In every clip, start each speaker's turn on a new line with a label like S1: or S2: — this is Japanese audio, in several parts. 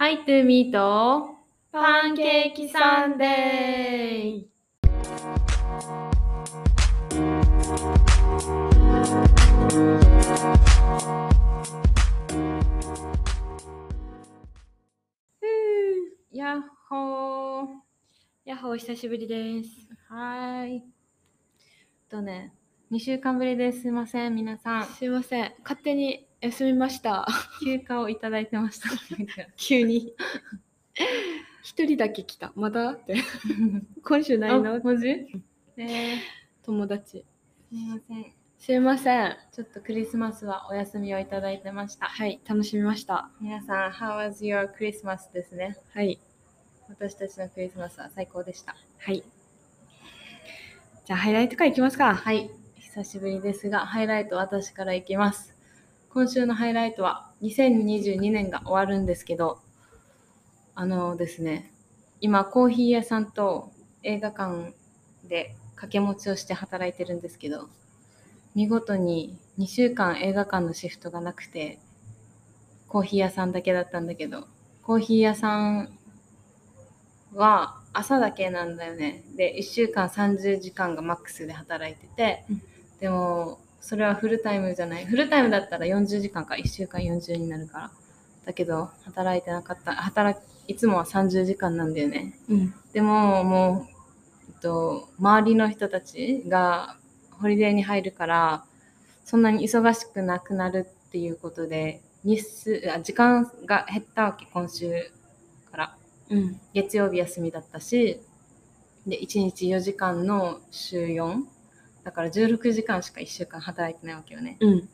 S1: はい、トゥーミート。
S2: パンケーキサンデー
S1: やっほー。
S2: やっほーお久しぶりです。
S1: はーい。えっとね、2週間ぶりですいません、皆さん。
S2: すいません。勝手に休みました。
S1: 休暇をいただいてま した。
S2: 急に。一人だけ来た。まだ って。今週ない
S1: あ
S2: の
S1: 文字ね
S2: 友達。
S1: すみません。
S2: すいません。
S1: ちょっとクリスマスはお休みをいただいてました。
S2: はい、楽しみました。
S1: 皆さん、How was your Christmas ですね。
S2: はい。
S1: 私たちのクリスマスは最高でした。
S2: はい。じゃあ、ハイライトからいきますか。
S1: はい、久しぶりですが、ハイライト私からいきます。今週のハイライトは、2022年が終わるんですけど、あのですね、今、コーヒー屋さんと映画館で掛け持ちをして働いてるんですけど、見事に2週間映画館のシフトがなくて、コーヒー屋さんだけだったんだけど、コーヒー屋さんは朝だけなんだよね。で、1週間30時間がマックスで働いてて、
S2: うん
S1: でも、それはフルタイムじゃない。フルタイムだったら40時間か、1週間40になるから。だけど、働いてなかった。働き、いつもは30時間なんだよね。
S2: うん。
S1: でももう、えっと、周りの人たちがホリデーに入るからそんなに忙しくなくなるっていうことで日数あ時間が減ったわけ今週から
S2: うん。
S1: 月曜日休みだったしで1日4時間の週4だから16時間しか1週間働いてないわけよね
S2: うん。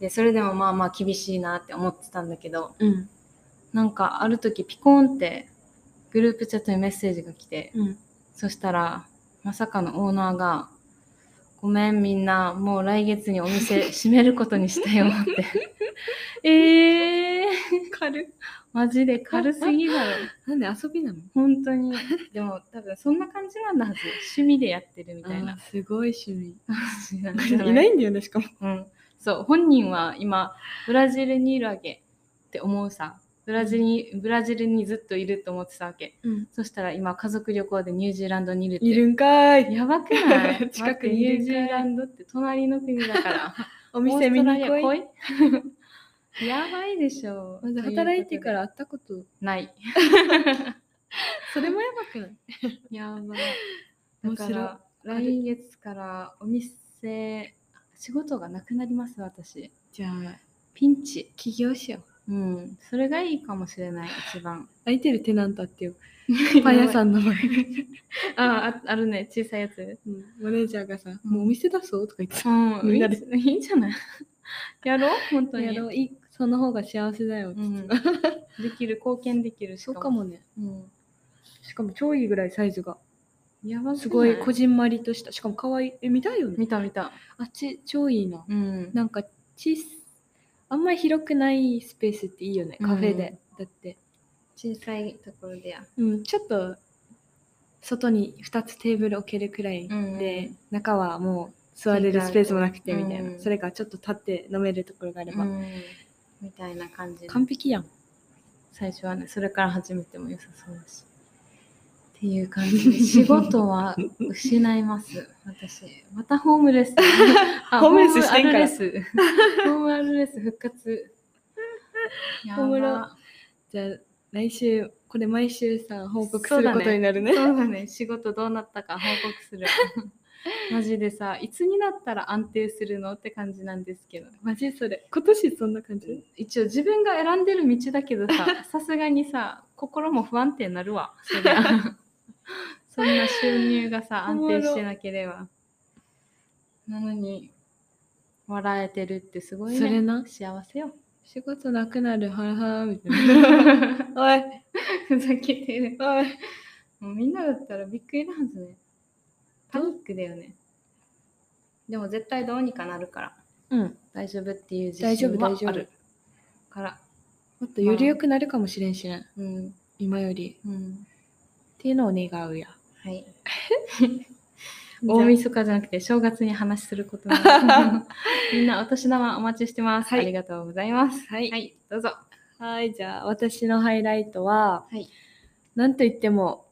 S1: でそれでもまあまあ厳しいなって思ってたんだけど
S2: うん。
S1: なんかある時ピコーンってグループチャットにメッセージが来て
S2: うん。
S1: そしたら、まさかのオーナーが、ごめんみんな、もう来月にお店閉めることにしたよって。えー、
S2: 軽
S1: マジで軽すぎだろ。
S2: なんで遊びなの
S1: 本当 に。でも多分そんな感じなんだはず。趣味でやってるみたいな。
S2: すご い趣味。
S1: いない
S2: ないんだよね、しかも。
S1: うん、そう本人は今ブラジルにいるわけって思うさブラジルにブラジルにずっといると思ってたわけ
S2: うん。
S1: そしたら今家族旅行でニュージーランドにいるって
S2: いるんかーい。
S1: やばくない
S2: 近く
S1: 待って
S2: にい
S1: ニ
S2: る
S1: ュージーランドって隣の国だから。
S2: お
S1: お
S2: 店見に来い。
S1: い やばいでしょ。。
S2: まず働いてからら会った こと、
S1: ない。
S2: それもやばくない
S1: やばい。 だ
S2: 面
S1: か
S2: 白い
S1: ら来月からお店、仕事がなくなります、私。
S2: じゃあ、
S1: ピンチ。
S2: 起業しよう。
S1: うん。それがいいかもしれない、一 番。
S2: 空いてるテナントあ ってよ。パン屋
S1: ん。
S2: さんの前。
S1: ああ、あるね、小さいやつ。
S2: うんマネージャーがさ、もうお店出そうとか言ってた。
S1: うん
S2: みんなで
S1: いいんじゃない やろう本当に。
S2: やろういいその方が幸せだよ。
S1: うん
S2: つって
S1: できる、貢献できる。
S2: そうかもね。
S1: うん。
S2: しかも超いいぐらいサイズが。
S1: やばくな
S2: すごいこじんまりとした。しかも可愛い。え、見たいよね。
S1: 見た見た。
S2: あっち超いいな。
S1: うん。
S2: なんか、ちっあんまり広くないスペースっていいよね。カフェで。だって、
S1: 小さいところでや。
S2: うん、ちょっと外に2つテーブル置けるくらいで、
S1: うん
S2: 中はもう座れるスペースもなくて
S1: うん
S2: みたいな、それがちょっと立って飲めるところがあれば、
S1: みたいな感じで。
S2: 完璧やん
S1: 最初はね、それから始めても良さそうだし。っていう感じ で、仕事は失います、私。またホームレ ス。あ
S2: ホームレスしてんから
S1: ホームアルレス。ホームアルレス復活。やば
S2: おもろじゃあ来週これ毎週さ報告す
S1: そう
S2: る
S1: だ
S2: こ
S1: ね
S2: とになるね
S1: そうだね、仕事どうなったか報告する。 マジでさ、いつになったら安定するのって感じなんですけど。
S2: マジそれ今年そんな感じ、
S1: 一応自分が選んでる道だけど ささすがにさ心も不安定になるわそりゃ そんな収入がさ
S2: お
S1: 安
S2: もろ
S1: 定してなければなのに笑えてるってすごい
S2: それ
S1: ね
S2: な
S1: 幸せよ
S2: 仕事なくなるはらはらみたいな
S1: ふ
S2: お い
S1: ざけてる
S2: おい
S1: もうみんなだったらびっくりなはずねパニックだよねでも絶対どうにかなるから
S2: うん
S1: 大丈夫っていう自
S2: 大丈
S1: 信
S2: 夫
S1: は
S2: 大丈
S1: あ
S2: 夫
S1: るから
S2: もっとより良くなるかもしれんしね、
S1: うん
S2: 今より
S1: うん
S2: っていうのを願うや
S1: はい大
S2: 大晦日
S1: 晦日じゃなくて正月に話すること なのでみんなお年玉お待ちしてます、
S2: はい
S1: ありがとうございます
S2: はい
S1: はい、どうぞ
S2: はい、じゃあ私のハイライトは、
S1: はい
S2: なんといっても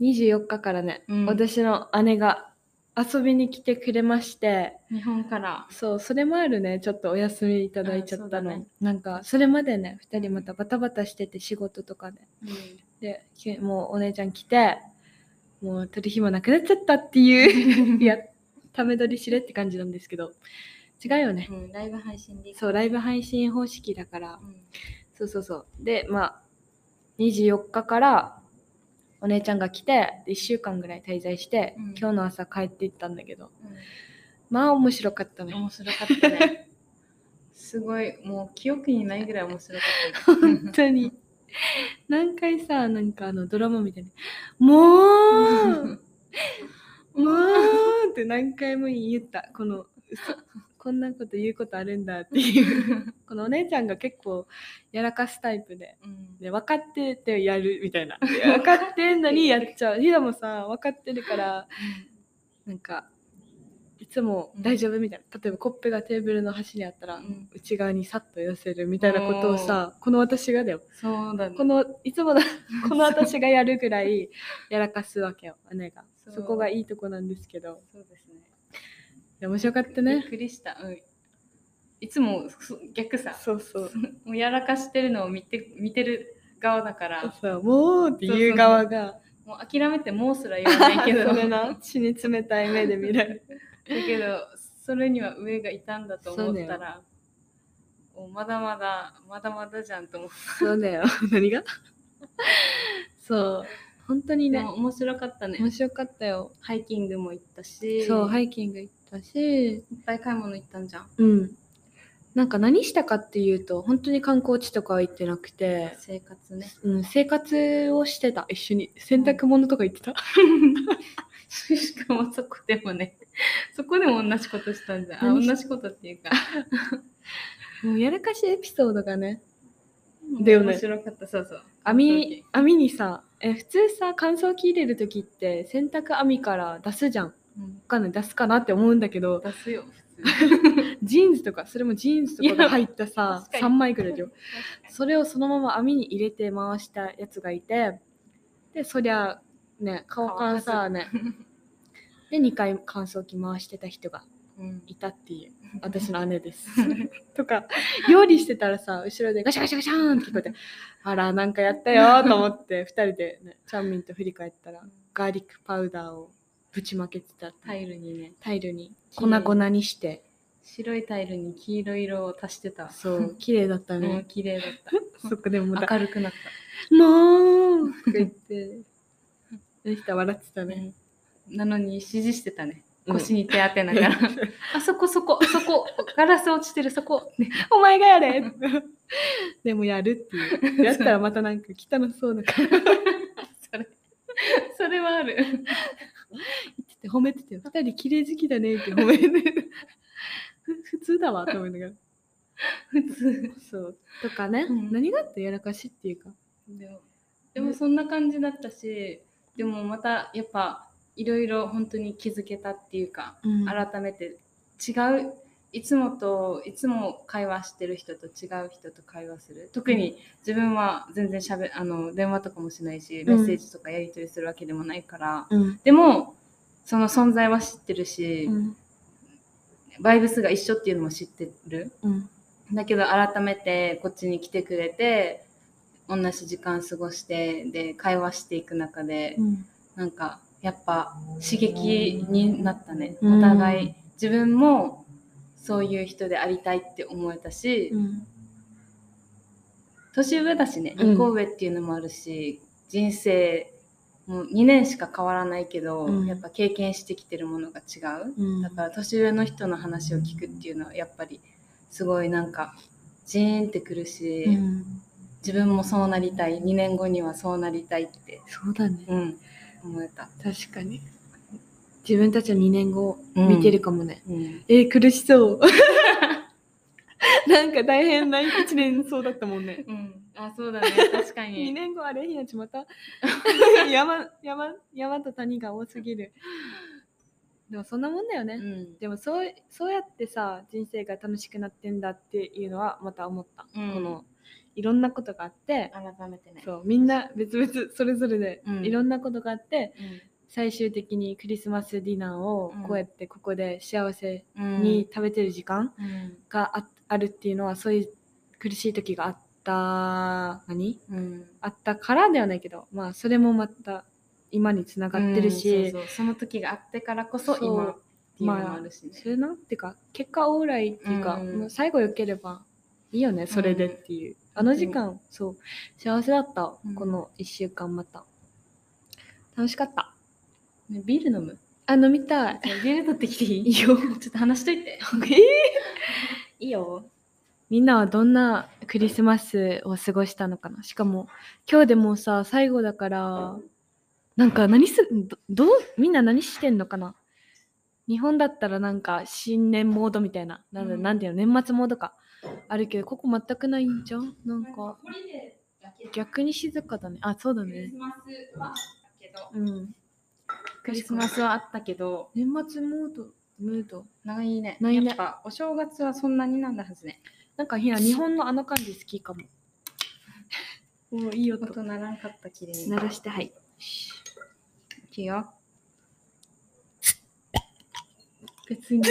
S2: 24日からね、
S1: うん
S2: 私の姉が遊びに来てくれまして、
S1: 日本から
S2: そう、それもあるね、ちょっとお休みいただいちゃったの。
S1: あそうだね
S2: なんか、それまでね、2人またバタバタしてて仕事とかで、で、きもうお姉ちゃん来て、もう取る暇なくなっちゃったってい う、いや、ため取りしれって感じなんですけど、違うよね。
S1: うんライブ配信で
S2: そう、ライブ配信方式だから、
S1: うん
S2: そうそうそう。で、まあ、24日からお姉ちゃんが来て、1週間ぐらい滞在して、
S1: うん
S2: 今日の朝帰っていったんだけど、
S1: うん
S2: まあ面白かったね。
S1: 面白かったね。すごい、もう記憶にないぐらい面白かった。
S2: 本当に。何回さ、なんかあのドラマみたいに、も うもうって何回も言った。この、嘘こんなこと言うことあるんだっていう。このお姉ちゃんが結構やらかすタイプで。
S1: うん
S2: で分かっててやるみたいないや分かってんのにやっちゃうひだもさ分かってるからなんかいつも大丈夫みたいな例えばコップがテーブルの端にあったら、
S1: うん
S2: 内側にさっと寄せるみたいなことをさこの私がだよ
S1: そうだね。
S2: このいつもの この私がやるぐらいやらかすわけよ姉が
S1: そう
S2: そこがいいとこなんですけど
S1: そうですね。
S2: いや面白かった
S1: びっ
S2: ね
S1: くりした。うん。いつもそ逆さ、
S2: そうそう
S1: もうやらかしてるのを見て見てる側だから、
S2: そうもうっていう側 が
S1: もう諦めてもうすら言わないけど、
S2: そ
S1: だ
S2: れな死に冷たい目で見られる
S1: けど、それには上がいたんだと思ったら、おまだまだ、まだまだじゃんと思って、
S2: そうだよ。 何がそう。本当に
S1: で
S2: ね、
S1: も面白かったね。
S2: 面白かったよ。
S1: ハイキングも行ったし、
S2: そう、ハイキング行ったし、
S1: いっぱい買い物行ったんじゃん。
S2: うん。なんか何したかっていうと、本当に観光地とかは行ってなくて、
S1: 生活ね。
S2: うん、生活をしてた、一緒に。洗濯物とか行ってた。
S1: しかもそこでもね、 そこでも同じことしたんじゃん。あ
S2: 何し
S1: 同じことっていうか、
S2: もうやらかしエピソードがね、だよね
S1: 面白かった、そうそう。
S2: 網、網にさ、え、普通さ、乾燥機入れるときって、洗濯網から出すじゃん。
S1: うん
S2: わかんない、出すかなって思うんだけど、
S1: 出すよ、普
S2: ジーンズとか、それもジーンズとかが入った
S1: いや
S2: さ
S1: 確、かに
S2: 3枚ぐらいでよ。
S1: 通。
S2: それをそのまま網に入れて回したやつがいてでそりゃね顔乾さねで2回乾燥機回してた人が
S1: うん
S2: いたっていう私の姉 ですとか料理してたらさ後ろでガシャガシャガシャーンって聞こえてあらなんかやったよーと思って2人で、ね、チャンミンと振り返ったらガーリックパウダーをぶちまけてたっていう
S1: タイルにね、
S2: タイルに
S1: 綺
S2: 粉
S1: 麗
S2: 々にして
S1: 白いタイルに黄色い色を足してた。
S2: そう綺麗だった
S1: もう
S2: ね、
S1: 綺麗だっ
S2: そこでも
S1: た。明るくなっ
S2: もうとか言って、でした笑ってた
S1: た。
S2: ね。
S1: なのに指示してたね。
S2: うん
S1: 腰に手当てながら、 あそこそこそこガラス落ちてるそこ、ね、
S2: お前がやれ でもやるっていう。やったらまたなんか汚そうな顔
S1: それ それはある
S2: して褒めてて、二人綺麗好きだねって褒めてて。ふ普通だわと思いながら。
S1: 普通
S2: そう。とかね、
S1: うん
S2: 何があってやらかしっていうか。
S1: でもでもそんな感じだったし、でもまたやっぱいろいろ本当に気づけたっていうか、
S2: うん
S1: 改めて違ういつもといつも会話してる人と違う人と会話する特に自分は全然しゃべあの電話とかもしないしメッセージとかやり取りするわけでもないから、
S2: うん。
S1: でもその存在は知ってるし、
S2: うん。
S1: バイブスが一緒っていうのも知ってる
S2: うん。
S1: だけど改めてこっちに来てくれて同じ時間過ごしてで会話していく中で
S2: うん。
S1: なんかやっぱ刺激になったね
S2: うん
S1: お互い自分もそういう人でありたいって思えたし
S2: うん。
S1: 年上だしね
S2: うん
S1: 2個上っていうのもあるし人生もう2年しか変わらないけど
S2: うん
S1: やっぱ経験してきてるものが違う
S2: うん
S1: だから年上の人の話を聞くっていうのはやっぱりすごいなんかジーンってくるし、
S2: うん
S1: 自分もそうなりたい2年後にはそうなりたいって、
S2: そうだね。
S1: うん、思えた、
S2: 確かに。自分たちは2年後見てるかもね。
S1: うん、
S2: えー苦しそう。 なんか大変な一年そうだったもんね。
S1: あそうだね確か
S2: 2
S1: に
S2: 年後あれひなちま た山山山と谷が多すぎる。でもそんなもんだよね。
S1: うん
S2: でもそうそうやってさ人生が楽しくなってんだっていうのはまた思った。
S1: うん
S2: このいろんなことがあって
S1: 改めてね。
S2: そうみんな別々それぞれで
S1: うん
S2: いろんなことがあって、
S1: うん
S2: 最終的にクリスマスディナーを
S1: うん
S2: こうやってここで幸せ
S1: うん
S2: に食べてる時間
S1: うん
S2: がああるっていうのはそういう苦しい時があった何
S1: うん
S2: あったからではないけどまあそれもまた今につながってるし、
S1: うんそうそうその時があってからこそ
S2: そう
S1: 今っていうのもあるしね、
S2: それなんていうか結果オーライっていうか、
S1: うん
S2: もう最後良ければいいよねそれでっていう、あの時間そう幸せだった、
S1: うん
S2: この1週間また楽しかった
S1: ねビール飲む
S2: あ飲みたい
S1: じゃあビール取ってきていい
S2: いいよ
S1: ちょっと話しとい ていいよ
S2: みんなはどんなクリスマスを過ごしたのかなしかも今日でもうさ最後だからなんか何すどどうみんな何してんのかな日本だったらなんか新年モードみたいななんだ、
S1: うん
S2: なんていうの年末モードかあるけどここ全くないんじゃんなんか
S1: ホリデーだけ
S2: 逆に静かだねあそうだ
S1: クリ
S2: ね
S1: スマスはあったけど
S2: うん
S1: クリスマスはあったけど
S2: 年末モードムード
S1: ないね
S2: ないね
S1: やっぱお正月はそんなになんだはずね
S2: なんかひな日本のあの感じ好きかもおいい音
S1: 音ならんかったきれい
S2: 鳴らしてはい
S1: いくよ別 に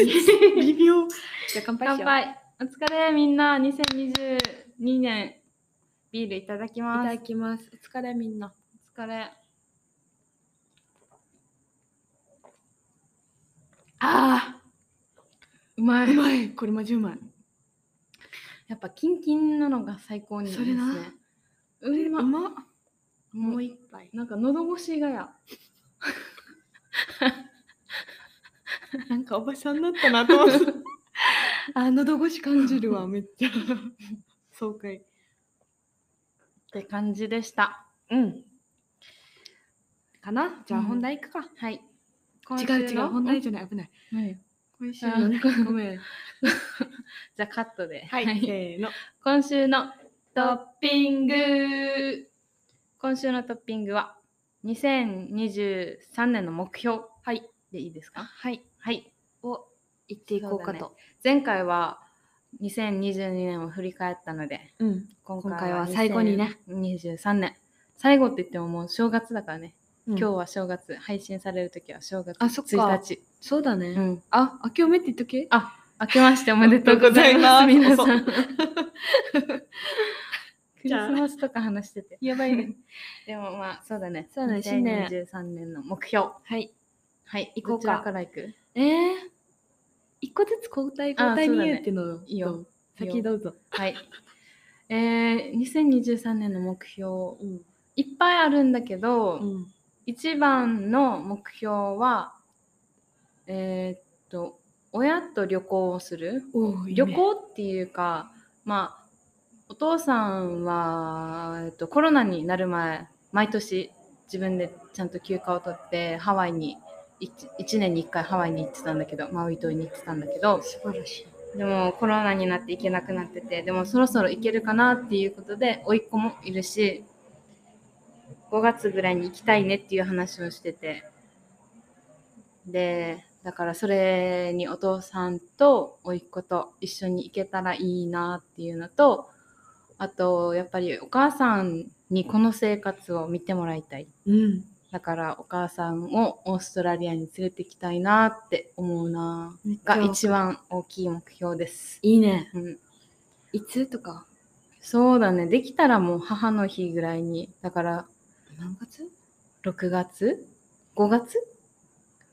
S2: 微妙。じゃあ乾杯
S1: 乾
S2: しよう。
S1: 杯お疲れみんな2022年ビールいただき
S2: いた
S1: ます
S2: だきます。お疲れみんな。
S1: お疲れ
S2: ああ、
S1: うま
S2: うまい。これマジうまい。
S1: やっぱキンキンなのが最高にいいですね
S2: それな
S1: うま
S2: ま。
S1: もう
S2: 一杯。
S1: なんか喉越しがや
S2: なんかおばさんだったなと思って。 あ、喉越し感じるわ、めっちゃ。爽快。
S1: って感じでした
S2: うん。かなじゃあ
S1: うん
S2: 本題いくか。
S1: はい
S2: 違う違う、本題じゃない、危ない。
S1: うんはい
S2: 今週
S1: のね
S2: ごめん。
S1: じゃあカットでは
S2: はい、せーの。
S1: 今週のトッピング今週のトッピングは2023年の目標はいでいいですか
S2: はい、
S1: はい
S2: を言っていこうかと。
S1: 前回は2022年を振り返ったので
S2: うん。
S1: 今
S2: 今回は最後にね
S1: 23年最後って言ってももう正月だからね、
S2: 今
S1: 今日は正月配信される時は正月
S2: あそっか
S1: 1日
S2: そうだね。
S1: うん
S2: あ、明けおめって言っとけ。
S1: 明けましておめでとうございます
S2: おめ
S1: 皆
S2: でと
S1: さ
S2: うござ
S1: んクリ
S2: じゃあ
S1: スマスとか話してて
S2: やばいね。
S1: でもまあそうだね
S2: そうだね新年
S1: 2023年の目標
S2: はい。
S1: はい
S2: 行こうか
S1: どちらから行く
S2: えー、一個ずつ交代
S1: あ
S2: 交代
S1: そう
S2: に
S1: だね
S2: 言うっていうのどう
S1: いいよ。いい
S2: 先
S1: よ
S2: どうぞ。
S1: はいえー、2023年の目標
S2: うん。
S1: いっぱいあるんだけど、
S2: うん。
S1: 一番の目標はえーっと親と旅行をする
S2: お
S1: 旅行っていうかまあお父さんは、えっと、コロナになる前毎年自分でちゃんと休暇を取ってハワイに 1, 年に1回ハワイに行ってたんだけどマウイ島に行ってたんだけど
S2: 素晴らしい。
S1: でもコロナになって行けなくなっててでもそろそろ行けるかなっていうことで甥っ子もいるし5月ぐらいに行きたいねっていう話をしててでだからそれにお父さんと甥っ子と一緒に行けたらいいなっていうのとあとやっぱりお母さんにこの生活を見てもらいたい
S2: うん。
S1: だからお母さんをオーストラリアに連れてきたいなって思うなが一番大きい目標です。
S2: いいね。
S1: うん、
S2: いつとか
S1: そうだね、できたらもう母の日ぐらいに、だから
S2: 何月
S1: 6月 ?5 月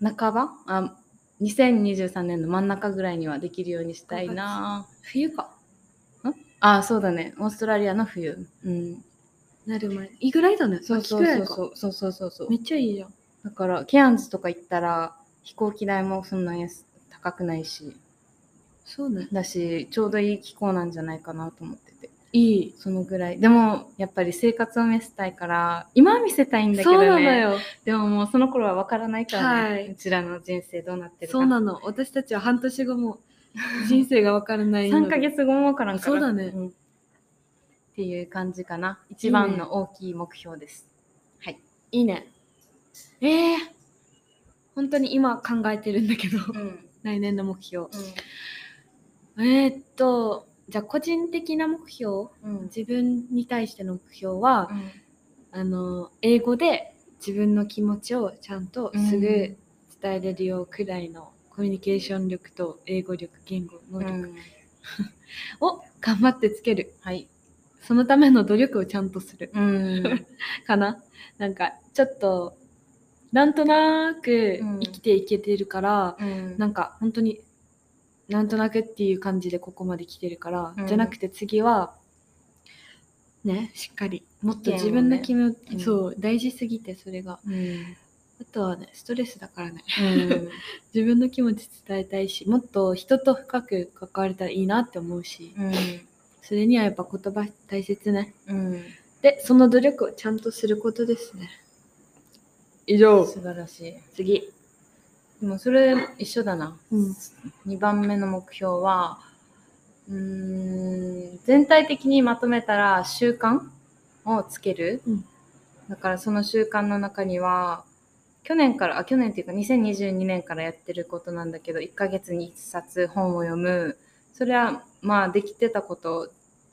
S1: 半ばあ ?2023 年の真ん中ぐらいにはできるようにしたいな。
S2: 冬か。
S1: あ、そうだね、オーストラリアの冬。うん。
S2: なる前。いいぐらいだね。
S1: そう
S2: 秋
S1: そ
S2: ぐ
S1: う
S2: ら
S1: そ
S2: いうか
S1: そうそうそうそうそう
S2: め。っちゃいいじゃん。
S1: だから、ケアンズとか行ったら飛行機代もそんな安高くないし、
S2: そうね。
S1: だし、ちょうどいい気候なんじゃないかなと思ってて。
S2: い
S1: そのぐらい。でも、やっぱり生活を見せたいから、今は見せたいんだけどね。
S2: そうなのよ。
S1: でももうその頃は分からないからね、
S2: はいう
S1: ちらの人生どうなってるか
S2: そうなの。私たちは半年 後も人生がわからないの
S1: 3
S2: で。
S1: ヶ月後も分からんから
S2: そうだね
S1: んっていう感じかな一番の大きい目標ですはい、
S2: いいね。ええー。本当に今 考えてるんだけど、
S1: ん
S2: 来年の目標。えー、っと、じゃあ個人的な目標
S1: うん
S2: 自分に対しての目標は、あの英語で自分の気持ちをちゃんとすぐ伝えれるようくらいのコミュニケーション力と英語力言語能
S1: う
S2: 力
S1: ん
S2: を頑張ってつける
S1: はい。
S2: そのための努力をちゃんとする
S1: うん。
S2: かななんかちょっとなんとなく
S1: うん
S2: 生きていけてるから、
S1: うん
S2: なんか本当になんとなくっていう感じでここまで来てるから、
S1: うん
S2: じゃなくて次はねしっかりもっと
S1: 意見をね
S2: 自分の気持ち、
S1: うん
S2: そう大事すぎてそれが
S1: うん。
S2: あとはねストレスだからね
S1: うん
S2: 自分の気持ち伝えたいしもっと人と深く関われたらいいなって思うしそれにはやっぱ言葉大切ね
S1: うん。
S2: でその努力をちゃんとすることですね以上
S1: 素晴らしい。
S2: 次
S1: でもそれ一緒だな。
S2: うん
S1: 2番目の目標は、うーん、全体的にまとめたら習慣をつける。
S2: うん
S1: だからその習慣の中には、去年から、あ、去年っていうか2022年からやってることなんだけど、1ヶ月に1冊本を読む。それはまあできてたことを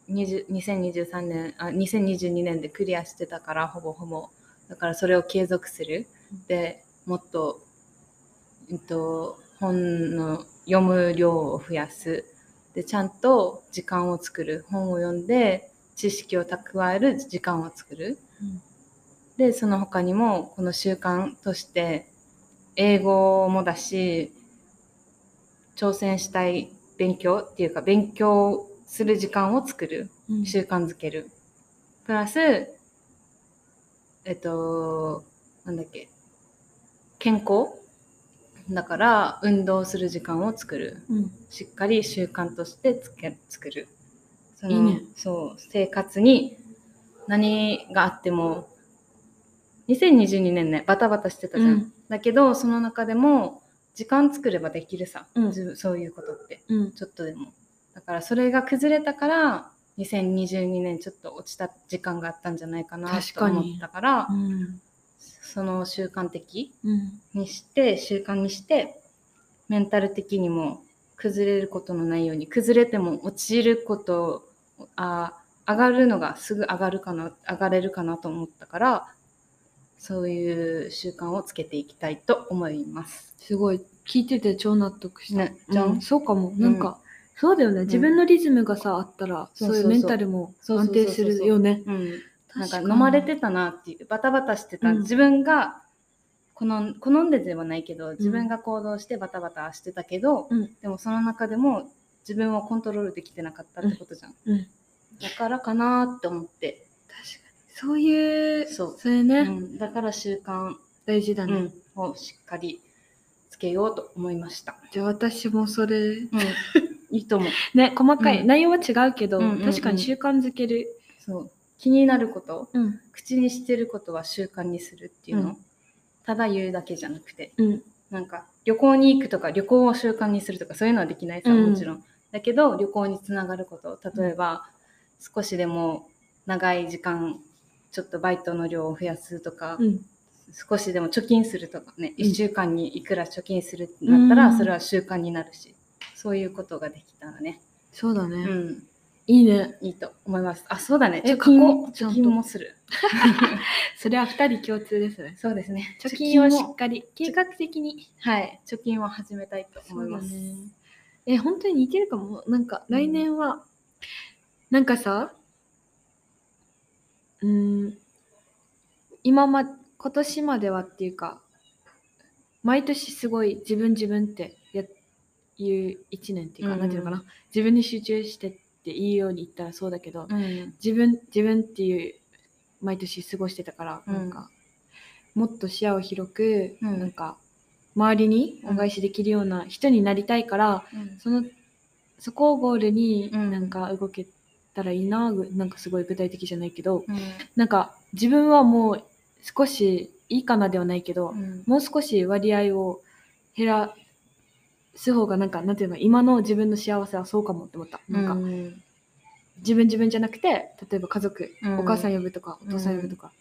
S1: 20 2023年あ2022年でクリアしてたからほぼほぼだからそれを継続する
S2: うん
S1: でもっと、えっと、本の読む量を増やすでちゃんと時間を作る本を読んで知識を蓄える時間を作るでその他にもこの習慣として英語もだし挑戦したい勉強っていうか勉強する時間を作る
S2: うん
S1: 習慣づけるプラスえっとなんだっけ健康だから運動する時間を作る
S2: うん
S1: しっかり習慣としてつけ作るその
S2: いいね
S1: そう生活に何があっても2022年ねバタバタしてたじゃん、
S2: うん
S1: だけどその中でも時間作ればできるさ、
S2: うん
S1: 自分そういうことって
S2: うん
S1: ちょっとでもだからそれが崩れたから2022年ちょっと落ちた時間があったんじゃないかな
S2: 確
S1: と
S2: かに
S1: 思ったから
S2: うん
S1: その習慣的
S2: うん
S1: にして習慣にしてメンタル的にも崩れることのないように崩れても落ちることあ上がるのがすぐ上がるかな上がれるかなと思ったからそういう習慣をつけていきたいと思います。
S2: すごい聞いてて超納得した、
S1: ねじゃん
S2: うそうかもなんか、そうだよね自分のリズムがさあったら、
S1: そう
S2: そ
S1: そう
S2: うい
S1: そう
S2: うメンタルも安定するよね
S1: うん、なんか
S2: 確
S1: 飲
S2: に
S1: まれてたなっていうバタバタしてた、
S2: うん
S1: 自分が好ん好んでではないけど自分が行動してバタバタしてたけど、
S2: うん
S1: でもその中でも自分をコントロールできてなかったってことじゃん、
S2: うん確か
S1: だからかなって思って、
S2: にそういう
S1: そう
S2: れね、
S1: うん、だから習慣、
S2: 大事だね、
S1: うんをしっかりつけようと思いました、
S2: じゃあ私もそれ
S1: うん、いいと思う
S2: ね細かい、
S1: うん
S2: 内容は違うけど、
S1: うんうんうん
S2: 確かに習慣づける、
S1: そう気になること
S2: うん
S1: 口にしてることは習慣にするっていうの、
S2: うん
S1: ただ言うだけじゃなくて
S2: うん
S1: なんか旅行に行くとか旅行を習慣にするとかそういうのはできないさ、
S2: うん
S1: もちろんだけど旅行につながること例えば、少しでも長い時間ちょっとバイトの量を増やすとか、
S2: うん
S1: 少しでも貯金するとかね、
S2: うん
S1: 1週間にいくら貯金するってなったら、
S2: うん
S1: それは習慣になるしそういうことができたらね、
S2: そうだね、
S1: うん、
S2: いいね
S1: いいと思いますあそうだね
S2: え
S1: 貯金
S2: 貯金
S1: も
S2: ちゃん
S1: 貯
S2: と
S1: 金もする
S2: それは二人共通ですね
S1: そうですね
S2: 貯金をしっ
S1: も
S2: かり計画的に
S1: はい貯金を始めたいと思います
S2: そうだねえ本当に似てるかもなんか来年は、なんかさうーん今ま今年まではっていうか毎年すごい自分自分ってやいう一年っていうか、
S1: うん
S2: なんていうのかな自分に集中してっていいように言ったらそうだけど、
S1: うん
S2: 自分自分っていう毎年過ごしてたから、
S1: うん
S2: なんかもっと視野を広く、
S1: うん
S2: なんか周りに恩返しできるような人になりたいから、
S1: うん
S2: そのそこをゴールに
S1: うん
S2: なんか動けたらいいな、ぐなんかすごい具体的じゃないけど
S1: う
S2: なんか自分はもう少しいいかなではないけど、
S1: ん
S2: もう少し割合を減らす方がなんかなんていうの今の自分の幸せはそうかもって思った、
S1: な
S2: なんん
S1: か、
S2: か
S1: うん
S2: 自分自分じゃなくて例えば家族、
S1: うん
S2: お母さん呼ぶとかお父さん呼ぶとか、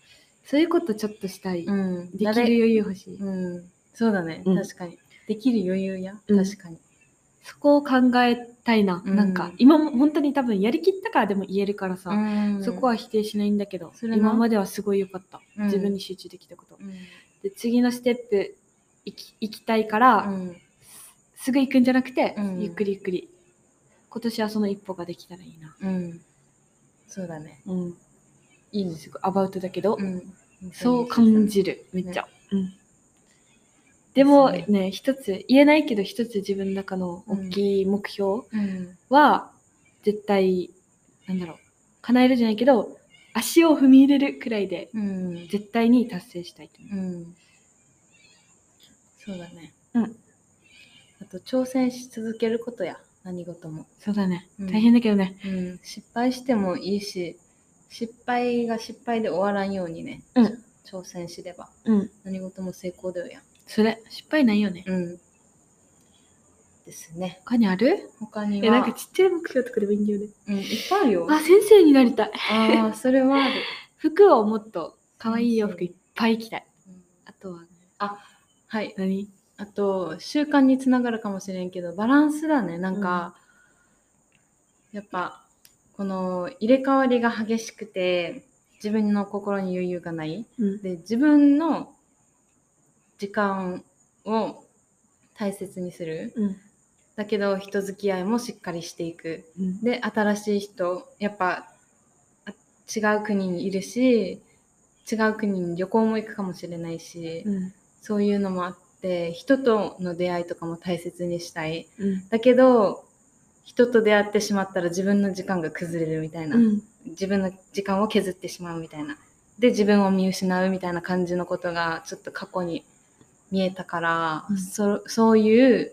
S2: そういうことちょっとしたい、
S1: うん、
S2: できる
S1: 誰
S2: 余裕欲しい、
S1: うん、そうだね、
S2: うん
S1: 確かにできる余裕や、
S2: うん
S1: 確かに
S2: そこを考えたいな、
S1: うん
S2: なんか今も本当に多分やりきったからでも言えるからさ、
S1: うん
S2: そこは否定しないんだけど
S1: それな
S2: 今まではすごい良かった、
S1: うん
S2: 自分に集中できたこと
S1: うん
S2: で次のステップ行き行きたいから、
S1: うん
S2: すぐ行くんじゃなくて、
S1: うん
S2: ゆっくりゆっくり今年はその一歩ができたらいいな、
S1: うんそうだね
S2: うん、
S1: いいね
S2: すごいアバウトだけど、
S1: うん
S2: そう感じるめっちゃ、うん、でも
S1: です
S2: ね一つ言えないけど一つ自分の中の大きい目標、
S1: うん
S2: は絶対なんだろう叶えるじゃないけど足を踏み入れるくらいで
S1: うん
S2: 絶対に達成したいと思
S1: うんそうだね
S2: うん
S1: あと挑戦し続けることや何事も、
S2: うそうだね、
S1: うん
S2: 大変だけどね
S1: うん、失敗してもいいし失敗が失敗で終わらんようにね、
S2: うん
S1: 挑戦しれば
S2: うん
S1: 何事も成功だよや
S2: それ失敗ないよね、
S1: うんですね
S2: 他にある
S1: 他に
S2: えなんか
S1: は
S2: ちっちゃい目標とかでもいいんだよね
S1: うん、いっぱいあるよ
S2: あ先生になりたい
S1: ああそれはある、
S2: 服をもっと可愛い洋
S1: 先生
S2: 服いっぱい着たい
S1: うん
S2: あとは
S1: はい
S2: 何
S1: あと習慣につながるかもしれんけどバランスだねなんか、やっぱこの入れ替わりが激しくて自分の心に余裕がない
S2: うん
S1: で自分の時間を大切にする
S2: うん
S1: だけど人付き合いもしっかりしていく
S2: うん
S1: で新しい人やっぱあ違う国にいるし違う国に旅行も行くかもしれないし、
S2: うん
S1: そういうのもあって人との出会いとかも大切にしたい
S2: うん
S1: だけど人と出会ってしまったら自分の時間が崩れるみたいな、
S2: うん
S1: 自分の時間を削ってしまうみたいなで自分を見失うみたいな感じのことがちょっと過去に見えたから、
S2: うん
S1: そそういう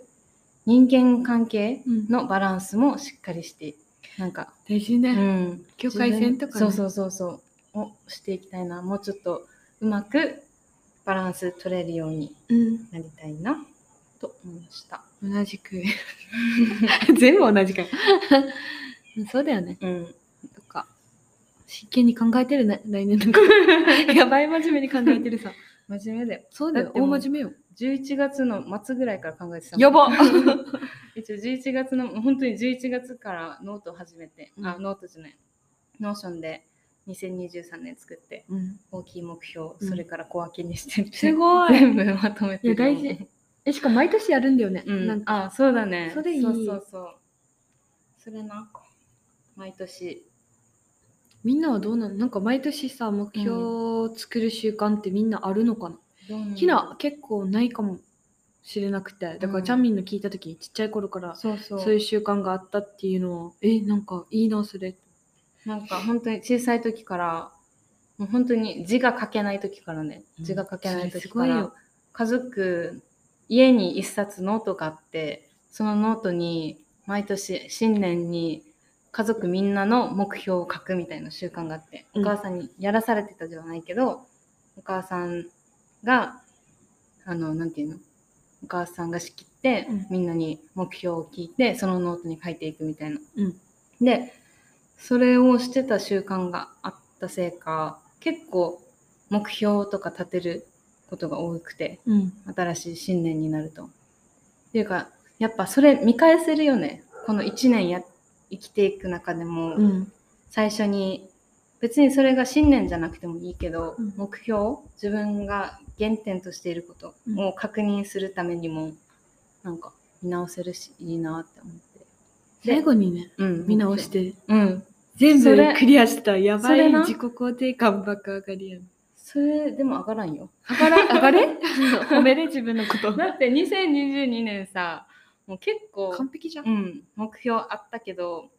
S1: 人間関係
S2: うん
S1: のバランスもしっかりしてなんか、
S2: 大事ね、
S1: うん、
S2: 境界線とかね
S1: そうそうそうそうをしていきたいなもうちょっとうまくバランス取れるように
S2: うん
S1: なりたいなと思いました。
S2: 同じく 全部同じかよそうだよね
S1: うん、
S2: とか真剣に考えてるね来年 のことやばい真面目に考えてるさ
S1: 真面目で
S2: そうだ
S1: だ
S2: よ
S1: って
S2: 大
S1: もう
S2: 真面目よ
S1: 11月の末ぐらいから考えてた
S2: やば
S1: 一応11月の本当に11月からノートを始めて、あ
S2: うん
S1: ノートじゃないノーションで2023年作って
S2: うん
S1: 大きい目標、
S2: うん
S1: それから小分けにしてて
S2: すごい
S1: 全部まとめてる
S2: いや大事、えしかも毎年やるんだよね、
S1: うん、
S2: なんか
S1: あそうだね
S2: それいい
S1: そうそうそうそれな毎年
S2: みんなはどうなのなんか毎年さ目標を作る習慣ってみんなあるのかな、ひな結構ないかもしれなくてだか
S1: う
S2: ら
S1: ん
S2: チャンミンの聞いた時ちっちゃい頃から
S1: そうそう
S2: そういう習慣があったっていうのはえなんかいいなそれ
S1: なんか本当に小さい時から、もう本当に字が書けない時からね、
S2: うん
S1: 字が書けない時
S2: そ
S1: か
S2: れすごい
S1: ら
S2: よ、
S1: 家族、家に一冊ノートがあって、そのノートに毎年新年に家族みんなの目標を書くみたいな習慣があって、
S2: う
S1: お
S2: ん
S1: 母さんにやらされてたじゃないけど、お母さんが、あの、なんていうのお母さんが仕切って、
S2: うん
S1: みんなに目標を聞いて、そのノートに書いていくみたいな。
S2: うん
S1: でそれをしてた習慣があったせいか結構目標とか立てることが多くて
S2: うん
S1: 新しい新年になると。っていうかやっぱそれ見返せるよねこの1年や生きていく中でも、
S2: うん
S1: 最初に別にそれが信念じゃなくてもいいけど、
S2: うん
S1: 目標自分が原点としていることを確認するためにも、なんか見直せるしいいなって思って、
S2: 最後にね
S1: うん、
S2: 見直して
S1: うん
S2: 全
S1: それ
S2: 部クリアしたやば
S1: それ
S2: い
S1: な
S2: 自己肯定感ばっか上がりやん
S1: それでも上がらんよ。
S2: 上がら上がれ 褒めれ自分のこと
S1: だって2022年さ、もう結構、
S2: 完璧じゃん、
S1: うん、目標あったけど、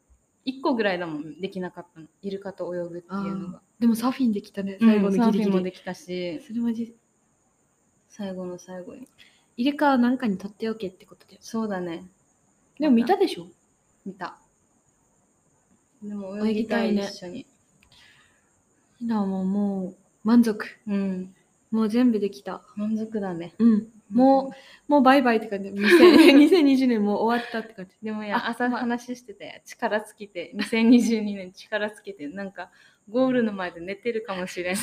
S1: 1個ぐらいだもん、できなかったの。イルカと泳ぐっていうのが。
S2: でもサーフィンできたね
S1: 最
S2: 最
S1: 後
S2: 後
S1: の
S2: の
S1: ギリギ
S2: ギリギ
S1: リ
S2: リ、
S1: もできたし、
S2: それマジ
S1: 最後の最後に。
S2: イルカは何かに取っておけってことだよ
S1: そうだね、
S2: でも見たでしょ
S1: 見た。でも泳ぎたい、
S2: 泳ぎたいね
S1: 一緒に。
S2: ひなはもうもう満足
S1: うん、
S2: もう全部できた
S1: 満足だね。
S2: うんもうもうバイバイって感じ2000 2020年もう終わったって感じ
S1: でもいや
S2: あ
S1: 朝
S2: まあ
S1: 話してて力尽きて2022年力尽きてなんかゴールの前で寝てるかもしれん。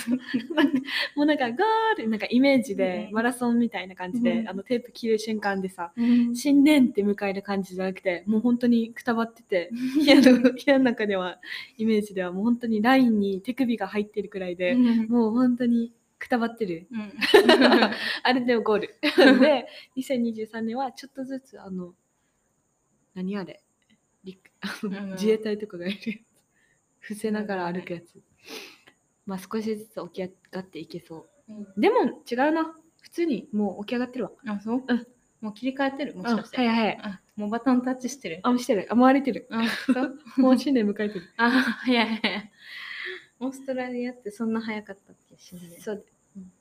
S2: もうなんかゴールなんかイメージで
S1: うん
S2: マラソンみたいな感じで、
S1: うん
S2: あのテープ切る瞬間で さ
S1: うん
S2: 新年って迎える感じじゃなくてもう本当にくたばって て部屋の部屋の中ではイメージではもう本当にラインに手首が入ってるくらいで、もう本当にくたばってる
S1: うん
S2: あれで ゴールで2023年はちょっとずつあの何あれ陸あの
S1: うん
S2: 自衛隊とかがいるやつ伏せながら歩くやつまあ少しずつ起き上がっていけそうでも違うな。普通にもう起き上がってるわ。
S1: あ、そう、
S2: うん
S1: もう切り替えてるもしかして。
S2: うんはいはい。
S1: あもうバトンタッチしてる。
S2: あ、もうしてる。あ、もう歩いて る。
S1: あ、そう
S2: もう新年迎えてる。
S1: あ、早い早い。オーストラリアってそんな早かったっけ死んで。
S2: そう。うん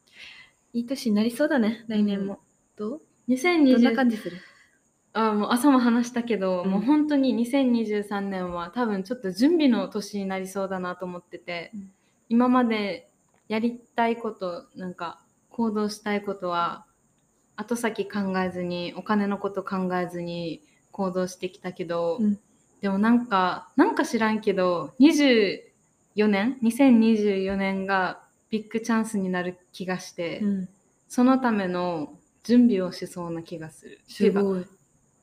S2: いい年になりそうだね、来年も。どうどんな
S1: 2020
S2: 感じする
S1: あもう朝も話したけど、
S2: うん
S1: もう本当に2023年は多分ちょっと準備の年になりそうだなと思ってて、
S2: うん
S1: 今までやりたいことなんか行動したいことは後先考えずにお金のこと考えずに行動してきたけど、
S2: うん
S1: でもなんかなんか知らんけど24年2024年がビッグチャンスになる気がして、
S2: ん。
S1: そのための準備をしそうな気がする。って
S2: す
S1: うか
S2: ごい。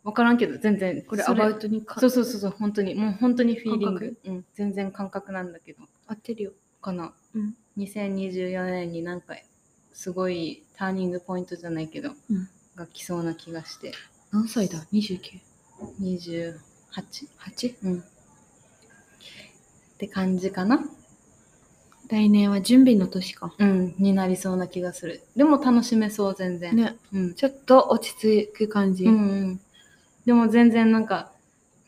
S1: 分からんけど全然
S2: これ
S1: そ
S2: アバウトにか
S1: そうそうそうそう本当にもう本当にフィーリン
S2: 感
S1: グ、うん、全然感覚なんだけど
S2: 合ってるよ。
S1: かな、
S2: うん
S1: 2024年になんかすごいターニングポイントじゃないけど、
S2: うん
S1: が来そうな気がして
S2: 何歳だ ?29。
S1: 28
S2: 8?
S1: うんって感じかな
S2: 来年は準備の年か。
S1: うんになりそうな気がするでも楽しめそう全然、
S2: ね。
S1: うん、
S2: ちょっと落ち着く感じ。
S1: うんうん、でも全然なんか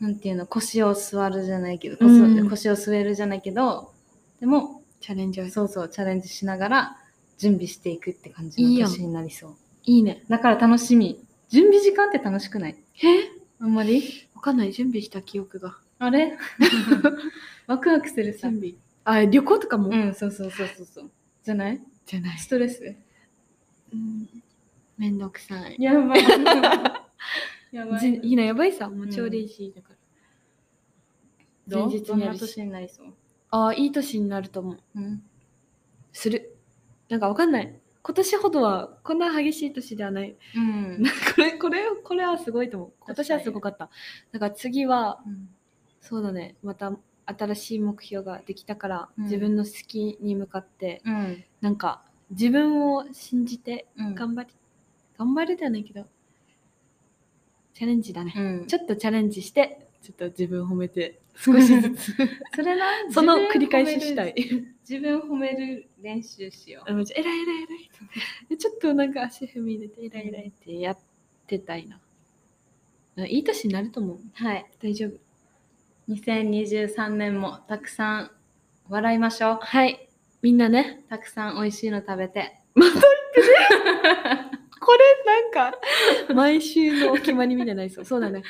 S1: なんていうの腰を座るじゃないけど、こ
S2: うん
S1: そ腰を据えるじゃないけどでも
S2: チャレンジャー。
S1: そうそうチャレンジしながら準備していくって感じ
S2: いいや
S1: の
S2: ん
S1: 年になりそう
S2: いいね。
S1: だから楽しみ準備時間って楽しくない
S2: え
S1: あんまり
S2: わかんない。準備した記憶が。
S1: あれ ワクワクするさ
S2: 準備。あ、旅行とかも、
S1: うんそうそうそうそうそうじゃない
S2: じゃない
S1: ス。トレス
S2: うん。めんどくさい。
S1: やば いやば
S2: じ
S1: い
S2: いいな、やばいさ。もうちょうど
S1: うん
S2: いいし。だから
S1: どう
S2: 前日
S1: どん
S2: にや
S1: な
S2: るし
S1: 年になりそう、
S2: ああ、いい年になると思う。
S1: うん、
S2: する。なんかわかんない。今年ほどはこんな激しい年ではない。
S1: うん
S2: これ、これ、これはすごいと思う。今年は
S1: 確かに
S2: すごかった。だから次は、
S1: うん
S2: そうだね。また新しい目標ができたから、
S1: うん
S2: 自分の好きに向かって、
S1: うん
S2: なんか自分を信じて
S1: うん
S2: 頑張り、頑張るではないけど、チャレンジだね。
S1: うん
S2: ちょっとチャレンジして、ちょっと自分を褒め て、少しずつ。
S1: それな
S2: その
S1: 自分
S2: 繰り返しした
S1: 褒
S2: い
S1: め。る自分褒める練習しよ
S2: あのえらいえらいえらいでちょっとなんか足踏み入れてえらいえらいってやってたいな。あいい年になると思う。
S1: うはい
S2: 大丈夫。
S1: 2023年もたくさん笑いましょう。
S2: はい。みんなね。
S1: たくさん美味しいの食べて。
S2: これなんか、毎週のお決まりみたいになりそう。そうだね。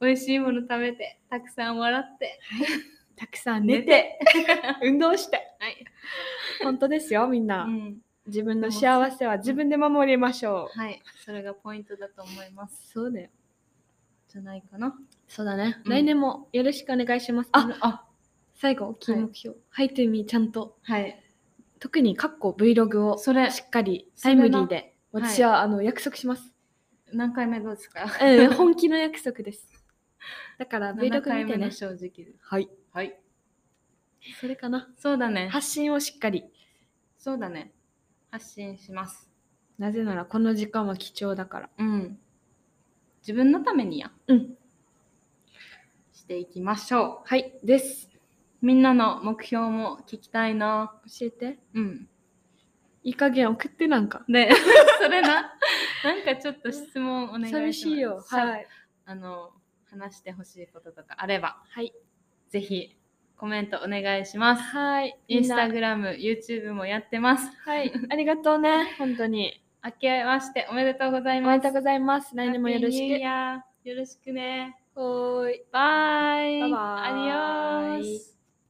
S1: 美味しいもの食べて、たくさん笑って。
S2: たくさん
S1: 寝
S2: 寝て、運動して。
S1: はい。
S2: 本当ですよ、みんな。
S1: うん。
S2: 自分の幸せは自分で守りましょう。
S1: はい。それがポイントだと思います。
S2: そうだよ。
S1: じゃないかな。
S2: そうだね。
S1: うん
S2: 来年もよろしくお願いします。あ、
S1: あ、
S2: 最後、大きい目標。ハイトゥーミーちゃんと、
S1: はい。
S2: 特にカッコ Vlog を
S1: それ、
S2: しっかり
S1: そ
S2: タ
S1: れ
S2: イ
S1: な
S2: ムリーで私は、あの約束します、
S1: 何回目どうですか
S2: うん、本気の約束ですだから
S1: 7
S2: Vlog
S1: 回
S2: 見て
S1: 目の
S2: ね
S1: 正直です。
S2: はい
S1: はい。
S2: それかな
S1: そうだね。
S2: 発信をしっかり
S1: そうだね。発信します。
S2: なぜならこの時間は貴重だから
S1: うん。自分のためにや。
S2: うん
S1: していきましょ
S2: はいです
S1: う。みんなの目標も聞きたいな。
S2: 教えて
S1: うん。
S2: いい加減送ってなんか
S1: で、 それな、なんかちょっと質問お願いします。
S2: 寂しいよ
S1: しゃ
S2: はい、
S1: あの、話してほしいこととかあれば、
S2: はい
S1: ぜひコメントお願いします。
S2: はい
S1: インスタ
S2: みん
S1: グラム、YouTube もやってます。
S2: なはい ありがとうね本当に
S1: 明けましておめでとうござい
S2: お
S1: ます。
S2: めでとうございます来年もよろし
S1: Happy New
S2: く
S1: Year よろしくね。
S2: ほーい
S1: バイ
S2: バイバイ
S1: アディオス